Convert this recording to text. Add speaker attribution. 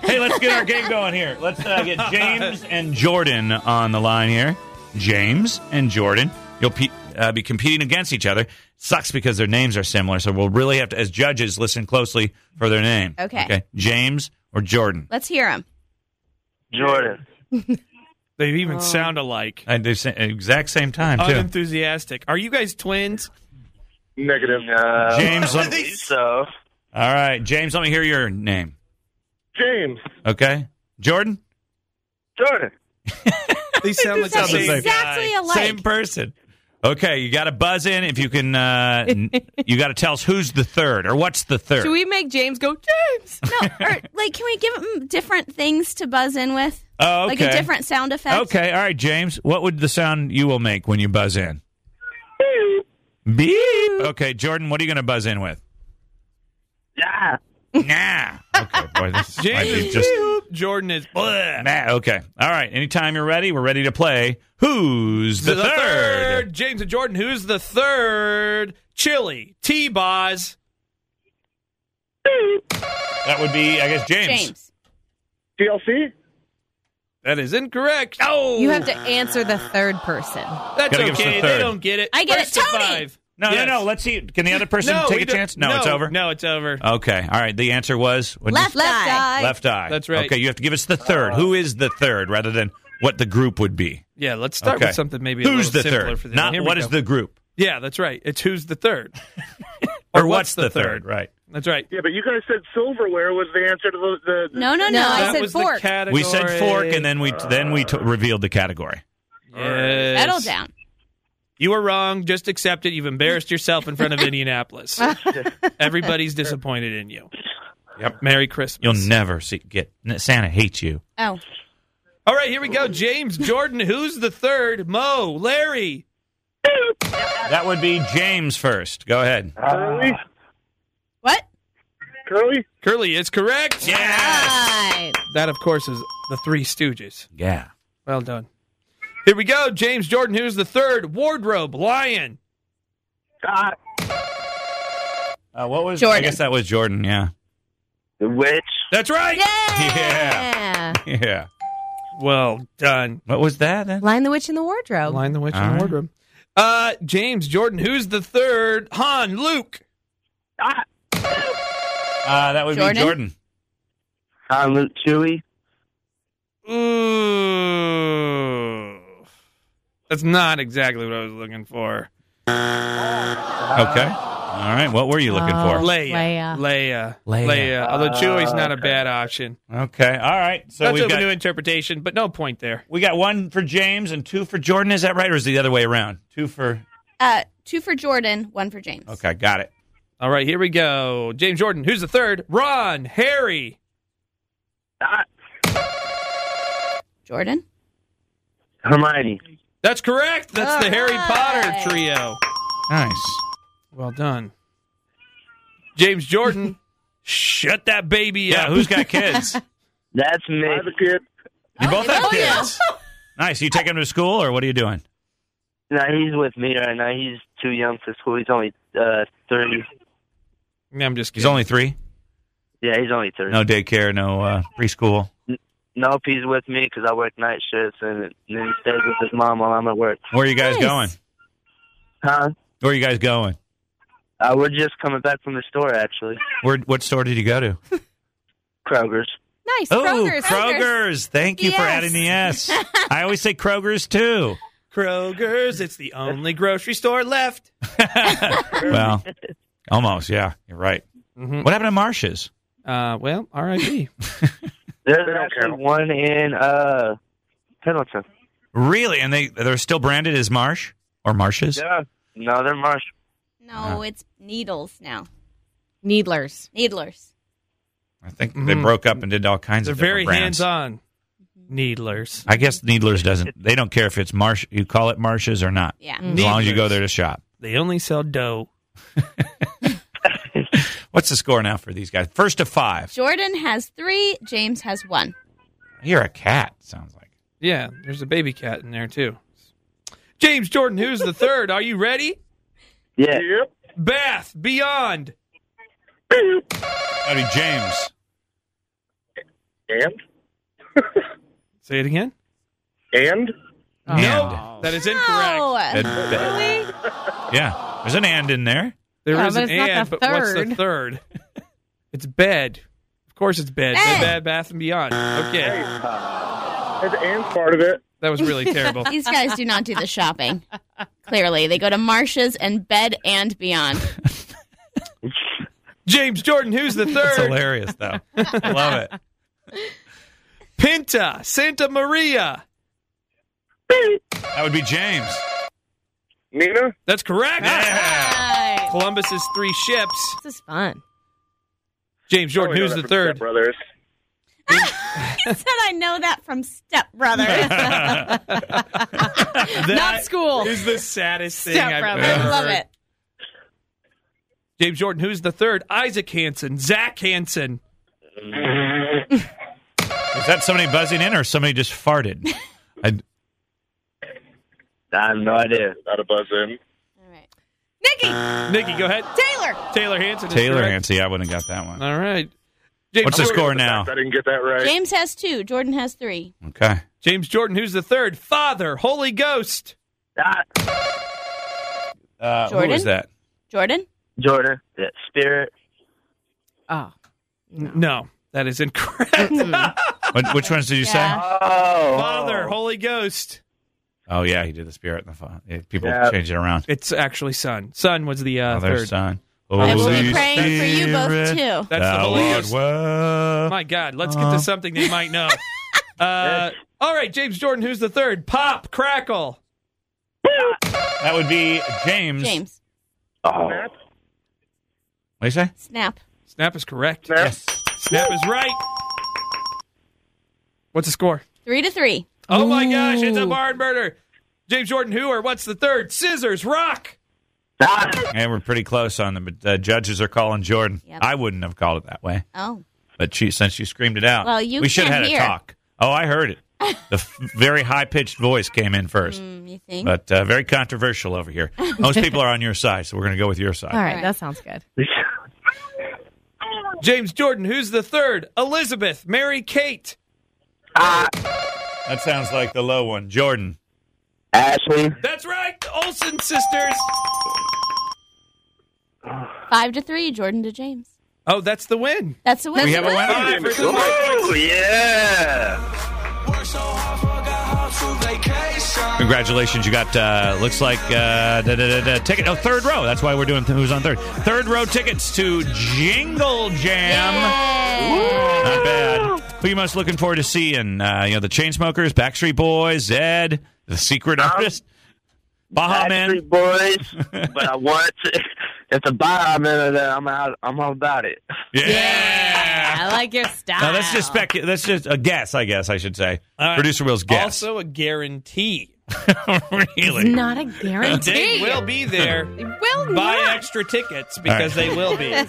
Speaker 1: Hey, let's get our game going here. Let's uh, get James and Jordan on the line here. James and Jordan, you'll pe- uh, be competing against each other. Sucks because their names are similar, so we'll really have to, as judges, listen closely for their name.
Speaker 2: Okay.
Speaker 1: James or Jordan?
Speaker 2: Let's hear him.
Speaker 3: Jordan.
Speaker 4: They even
Speaker 2: Oh.
Speaker 4: sound alike.
Speaker 1: At the sa- exact same time,
Speaker 4: Uh,
Speaker 1: too.
Speaker 4: Unenthusiastic. Are you guys twins?
Speaker 3: Negative. Uh,
Speaker 1: James,
Speaker 3: I
Speaker 1: let-
Speaker 3: believe so.
Speaker 1: All right, James, let me hear your name.
Speaker 3: James.
Speaker 1: Okay, Jordan,
Speaker 3: Jordan.
Speaker 4: They sound like the
Speaker 2: Sound
Speaker 1: the
Speaker 4: same
Speaker 1: same.
Speaker 2: exactly
Speaker 4: guy.
Speaker 2: alike.
Speaker 1: same person. Okay, you got to buzz in if you can. Uh, n- you got to tell us who's the third or what's the third.
Speaker 2: Should we make James go James? No, or like, can we give him different things to buzz in with?
Speaker 1: oh,
Speaker 2: Like a different sound effect.
Speaker 1: Okay, all right, James. What would the sound you will make when you buzz in? Beep. Okay, Jordan, what are you going to buzz in with?
Speaker 3: Yeah.
Speaker 1: Nah. Okay, boy, this might
Speaker 4: James
Speaker 1: be
Speaker 4: is
Speaker 1: just
Speaker 4: boop, Jordan is. bleh.
Speaker 1: nah. Okay, all right. Anytime you're ready, we're ready to play. Who's the, third?
Speaker 4: James and Jordan. Who's the third? Chili. T Boz.
Speaker 1: That would be, I guess, Oh, James.
Speaker 2: James,
Speaker 3: DLC.
Speaker 4: That is incorrect. Oh,
Speaker 2: you have to answer the third person.
Speaker 4: That's
Speaker 1: Gotta give us
Speaker 4: okay.
Speaker 1: the third.
Speaker 4: They don't get it.
Speaker 2: I get it.
Speaker 4: First to
Speaker 2: Tony!
Speaker 4: Five.
Speaker 1: No,
Speaker 4: Yes.
Speaker 1: no, no. Let's see. Can the other person
Speaker 4: No,
Speaker 1: take
Speaker 4: we
Speaker 1: a
Speaker 4: don't-
Speaker 1: chance? No, it's over. Oh.
Speaker 4: No, it's over.
Speaker 1: Okay. All right. The answer was what did you
Speaker 2: Left, eye.
Speaker 1: say? left eye.
Speaker 4: That's right. Oh.
Speaker 1: Okay. You have to give us the third. Who is the third rather than what the group would be?
Speaker 4: Yeah, let's start
Speaker 1: Okay.
Speaker 4: with something maybe a
Speaker 1: Who's the
Speaker 4: little simpler
Speaker 1: third?
Speaker 4: for the
Speaker 1: Not
Speaker 4: Here we
Speaker 1: what is
Speaker 4: go.
Speaker 1: the group
Speaker 4: Yeah, that's right. It's who's the third.
Speaker 1: or what's the third? Right.
Speaker 4: That's right.
Speaker 3: Yeah, but you guys said silverware was the answer to the. the, the
Speaker 2: No, no, no. I
Speaker 4: that
Speaker 2: said
Speaker 4: was
Speaker 2: fork.
Speaker 4: The Uh. category.
Speaker 1: We said fork, and then we then we t- revealed the category.
Speaker 4: Yes.
Speaker 2: Settle down.
Speaker 4: You were wrong. Just accept it. You've embarrassed yourself in front of Indianapolis. Everybody's disappointed in you.
Speaker 1: Yep.
Speaker 4: Merry Christmas.
Speaker 1: You'll never see, get Santa hates you.
Speaker 2: Oh,
Speaker 4: All right, here we go. James, Jordan, who's the third? Mo, Larry.
Speaker 1: That would be James first. Go ahead.
Speaker 3: Curly.
Speaker 2: what?
Speaker 3: Curly.
Speaker 4: Curly is correct.
Speaker 1: Yes.
Speaker 2: Five.
Speaker 4: That, of course, is the Three Stooges.
Speaker 1: Yeah.
Speaker 4: Well done. Here we go. James, Jordan, who's the third? Wardrobe, Lion.
Speaker 3: Ah.
Speaker 1: Uh, what was? I
Speaker 2: Jordan.
Speaker 1: guess that was Jordan. Yeah.
Speaker 3: The witch.
Speaker 4: That's right.
Speaker 2: Yeah.
Speaker 1: Yeah. Yeah.
Speaker 4: Well done.
Speaker 1: What was that? Then?
Speaker 2: Lion the Witch in the Wardrobe.
Speaker 4: Lion the Witch
Speaker 1: All
Speaker 4: and
Speaker 1: right.
Speaker 4: Wardrobe. Uh, James, Jordan, who's the third? Han, Luke.
Speaker 3: Ah.
Speaker 1: Uh, that would be
Speaker 2: Jordan?
Speaker 1: Jordan.
Speaker 3: I'm Luke Chewy.
Speaker 4: Ooh. That's not exactly what I was looking for.
Speaker 1: Okay. All right. What were you looking for?
Speaker 2: Uh,
Speaker 4: Leia.
Speaker 2: Leia.
Speaker 4: Leia.
Speaker 1: Leia.
Speaker 4: Although Chewie's not a
Speaker 3: okay.
Speaker 4: bad option.
Speaker 1: Okay. All right. So
Speaker 4: That's
Speaker 1: we've
Speaker 4: open
Speaker 1: got,
Speaker 4: to interpretation, but no point there.
Speaker 1: we got one for James and two for Jordan. Is that right, or is it the other way around? Two for.
Speaker 2: Uh, two for Jordan, one for James.
Speaker 1: Okay, got it.
Speaker 4: All right, here we go. James Jordan, who's the third? Ron, Harry.
Speaker 3: Ah.
Speaker 2: Jordan.
Speaker 3: Hermione.
Speaker 4: That's correct. That's the
Speaker 2: All
Speaker 4: Harry
Speaker 2: right.
Speaker 4: Potter trio.
Speaker 1: Nice.
Speaker 4: Well done. James Jordan, shut that baby
Speaker 1: Yeah.
Speaker 4: up.
Speaker 1: Who's got kids?
Speaker 3: That's me. I have a kid.
Speaker 1: You both
Speaker 2: they
Speaker 1: have
Speaker 2: both do.
Speaker 1: kids. Nice. You take them to school, or what are you doing?
Speaker 3: No, he's with me right now. He's too young for school. He's only uh, 30.
Speaker 4: No, I'm just
Speaker 1: He's
Speaker 4: kidding.
Speaker 1: only three.
Speaker 3: Yeah, he's only 30.
Speaker 1: No daycare. No uh, preschool.
Speaker 3: Nope, he's with me because I work night shifts, and then he stays with his mom while I'm at work.
Speaker 1: Where are you guys
Speaker 2: Nice.
Speaker 1: going?
Speaker 3: Huh?
Speaker 1: Where are you guys going?
Speaker 3: Uh, we're just coming back from the store, actually.
Speaker 1: Where? What store did you go to?
Speaker 3: Kroger's.
Speaker 2: Nice.
Speaker 1: Oh,
Speaker 2: Kroger's.
Speaker 1: Kroger's. Thank you for
Speaker 2: Yes.
Speaker 1: adding the S. I always say Kroger's too.
Speaker 4: Kroger's. It's the only grocery store left.
Speaker 1: Well, almost. Yeah, you're right.
Speaker 4: Mhm.
Speaker 1: What happened to Marshes?
Speaker 4: Uh, well, R.I.P.
Speaker 3: There's actually one in uh, Pendleton.
Speaker 1: Really? And they they're still branded as Marsh or Marshes?
Speaker 3: Yeah. No, they're Marsh.
Speaker 1: Ah.
Speaker 2: No, it's needles now.
Speaker 5: Needlers.
Speaker 2: Needlers.
Speaker 1: I think they
Speaker 4: Mhm.
Speaker 1: broke up and did all kinds
Speaker 4: They're
Speaker 1: of different
Speaker 4: very
Speaker 1: brands.
Speaker 4: hands-on. Needlers.
Speaker 1: I guess Needlers doesn't. They don't care if it's Marsh. You call it Marshes or not.
Speaker 2: Yeah.
Speaker 1: As long as you
Speaker 4: Needlers.
Speaker 1: go there to shop.
Speaker 4: They only sell dough.
Speaker 1: What's the score now for these guys? First to five.
Speaker 2: Jordan has three. James has one.
Speaker 1: You're a cat. Sounds like.
Speaker 4: Yeah, there's a baby cat in there too. James Jordan, who's the third? Are you ready?
Speaker 3: Yeah.
Speaker 4: Bath Beyond.
Speaker 1: That'd be James.
Speaker 6: And?
Speaker 4: Say it again.
Speaker 6: And?
Speaker 1: And.
Speaker 4: That is incorrect.
Speaker 5: No.
Speaker 1: It- that-
Speaker 5: Really?
Speaker 1: yeah, there's an and in there.
Speaker 4: There is
Speaker 5: Yeah,
Speaker 4: an
Speaker 5: but it's not
Speaker 4: and,
Speaker 5: the
Speaker 4: but what's the
Speaker 5: third.
Speaker 4: third? It's bed. Of course, it's bed.
Speaker 2: Bed.
Speaker 4: Bed, bed bath, and beyond. Okay,
Speaker 6: Is and part of it?
Speaker 4: that was really terrible.
Speaker 2: These guys do not do the shopping. Clearly, they go to Marsha's and Bed and Beyond.
Speaker 4: James Jordan, who's the
Speaker 1: It's
Speaker 4: third?
Speaker 1: hilarious though. I love it.
Speaker 4: Pinta, Santa Maria.
Speaker 1: That would be James.
Speaker 6: Nina?
Speaker 4: That's correct.
Speaker 1: Yeah.
Speaker 5: Right.
Speaker 4: Columbus is three ships.
Speaker 5: This is fun.
Speaker 4: James Jordan,
Speaker 6: Oh, we know
Speaker 4: who's
Speaker 6: that
Speaker 4: the
Speaker 6: from Step
Speaker 4: third?
Speaker 6: Brothers.
Speaker 2: he said, "I know that from Step Brothers."
Speaker 5: Not school.
Speaker 4: Is the saddest thing
Speaker 5: Step
Speaker 4: I've
Speaker 5: brother.
Speaker 4: ever
Speaker 2: I love
Speaker 4: heard.
Speaker 2: it.
Speaker 4: James Jordan, who's the third? Isaac Hansen, Zach Hansen.
Speaker 1: Is that somebody buzzing in or somebody just farted? I,
Speaker 3: I have no idea.
Speaker 6: Not a buzz in.
Speaker 2: All Uh, right.
Speaker 5: Nikki
Speaker 4: Nikki, go ahead.
Speaker 5: Taylor.
Speaker 4: Taylor Hansen. is
Speaker 1: Taylor
Speaker 4: correct.
Speaker 1: Hansi, I wouldn't have got that one.
Speaker 4: All right. James
Speaker 1: What's the
Speaker 4: Jordan-
Speaker 1: score now?
Speaker 6: I didn't get that right.
Speaker 2: James has two. Jordan has three.
Speaker 1: Okay.
Speaker 4: James Jordan, who's the third? Father, Holy Ghost.
Speaker 3: Ah,
Speaker 1: Uh, who
Speaker 2: Jordan?
Speaker 1: is that?
Speaker 2: Jordan.
Speaker 3: Jordan, that spirit.
Speaker 5: Oh.
Speaker 4: No, that is incorrect.
Speaker 1: Oh. What, which ones did you say?
Speaker 2: Yeah.
Speaker 3: Oh,
Speaker 4: Father, Holy Ghost.
Speaker 1: Oh yeah, he did the spirit and the fire. Yeah, People
Speaker 3: Yeah.
Speaker 1: change it around.
Speaker 4: It's actually Son. Son was the uh,
Speaker 1: Father,
Speaker 4: third.
Speaker 1: son.
Speaker 4: I
Speaker 2: I will
Speaker 1: Holy
Speaker 2: be praying for you both
Speaker 1: Oh, Spirit,
Speaker 2: too.
Speaker 4: That's the
Speaker 1: thou
Speaker 4: Holy
Speaker 1: art
Speaker 4: Ghost.
Speaker 1: Oh, well.
Speaker 4: My God, let's get to
Speaker 1: Uh-huh.
Speaker 4: something they might know. Uh, all right, James Jordan, who's the third? Pop, Crackle.
Speaker 1: That would be James.
Speaker 2: James.
Speaker 3: oh.
Speaker 6: Snap?
Speaker 1: What do you say?
Speaker 2: Snap.
Speaker 4: Snap is correct.
Speaker 6: Snap?
Speaker 4: Snap is right. What's the score?
Speaker 2: Three to three.
Speaker 4: Oh my gosh, it's a
Speaker 5: Ooh.
Speaker 4: barn burner. James Jordan, who or what's the third? Scissors, rock.
Speaker 3: Ah,
Speaker 1: Yeah, we're pretty close on them, but the judges are calling Jordan.
Speaker 2: Yep.
Speaker 1: I wouldn't have called it that way,
Speaker 2: Oh,
Speaker 1: but she since she screamed it out,
Speaker 2: Well, you
Speaker 1: we should have
Speaker 2: can't
Speaker 1: had
Speaker 2: hear.
Speaker 1: a talk. Oh, I heard it. The f- very high pitched voice came in first,
Speaker 2: mm, you think?
Speaker 1: but uh, very controversial over here. Most people are on your side, so we're going to go with your side.
Speaker 5: All right, that sounds good.
Speaker 4: James Jordan, who's the third? Elizabeth, Mary Kate.
Speaker 1: That sounds like the low one, Jordan.
Speaker 3: Ashley.
Speaker 4: That's right, the Olsen sisters.
Speaker 2: Five to three. Jordan to James.
Speaker 4: Oh, that's the win.
Speaker 2: That's the win.
Speaker 1: We have a winner.
Speaker 4: Five for the
Speaker 3: Ooh, Oh, yeah.
Speaker 1: Congratulations, you got uh, looks like uh, da, da, da, da, ticket. Oh, third row. That's why we're doing th- who's on third. Third row tickets to Jingle Jam. Not bad. Who you most looking forward to seeing? Uh, you know, the Chainsmokers, Backstreet Boys, Zed, the Secret Artist, Baha
Speaker 3: Backstreet
Speaker 1: Man.
Speaker 3: Boys. but I want to. If the bottom of that, I'm out. I'm all about it.
Speaker 1: Yeah.
Speaker 5: I like your style.
Speaker 1: Now that's just spec. That's just a guess, I guess I should say.
Speaker 4: All right.
Speaker 1: Producer Will's guess.
Speaker 4: Also a guarantee.
Speaker 1: really?
Speaker 5: It's not a
Speaker 4: They
Speaker 5: guarantee.
Speaker 4: will be there.
Speaker 5: It will
Speaker 4: Buy
Speaker 5: not.
Speaker 4: extra tickets because
Speaker 1: All right.
Speaker 4: they will be.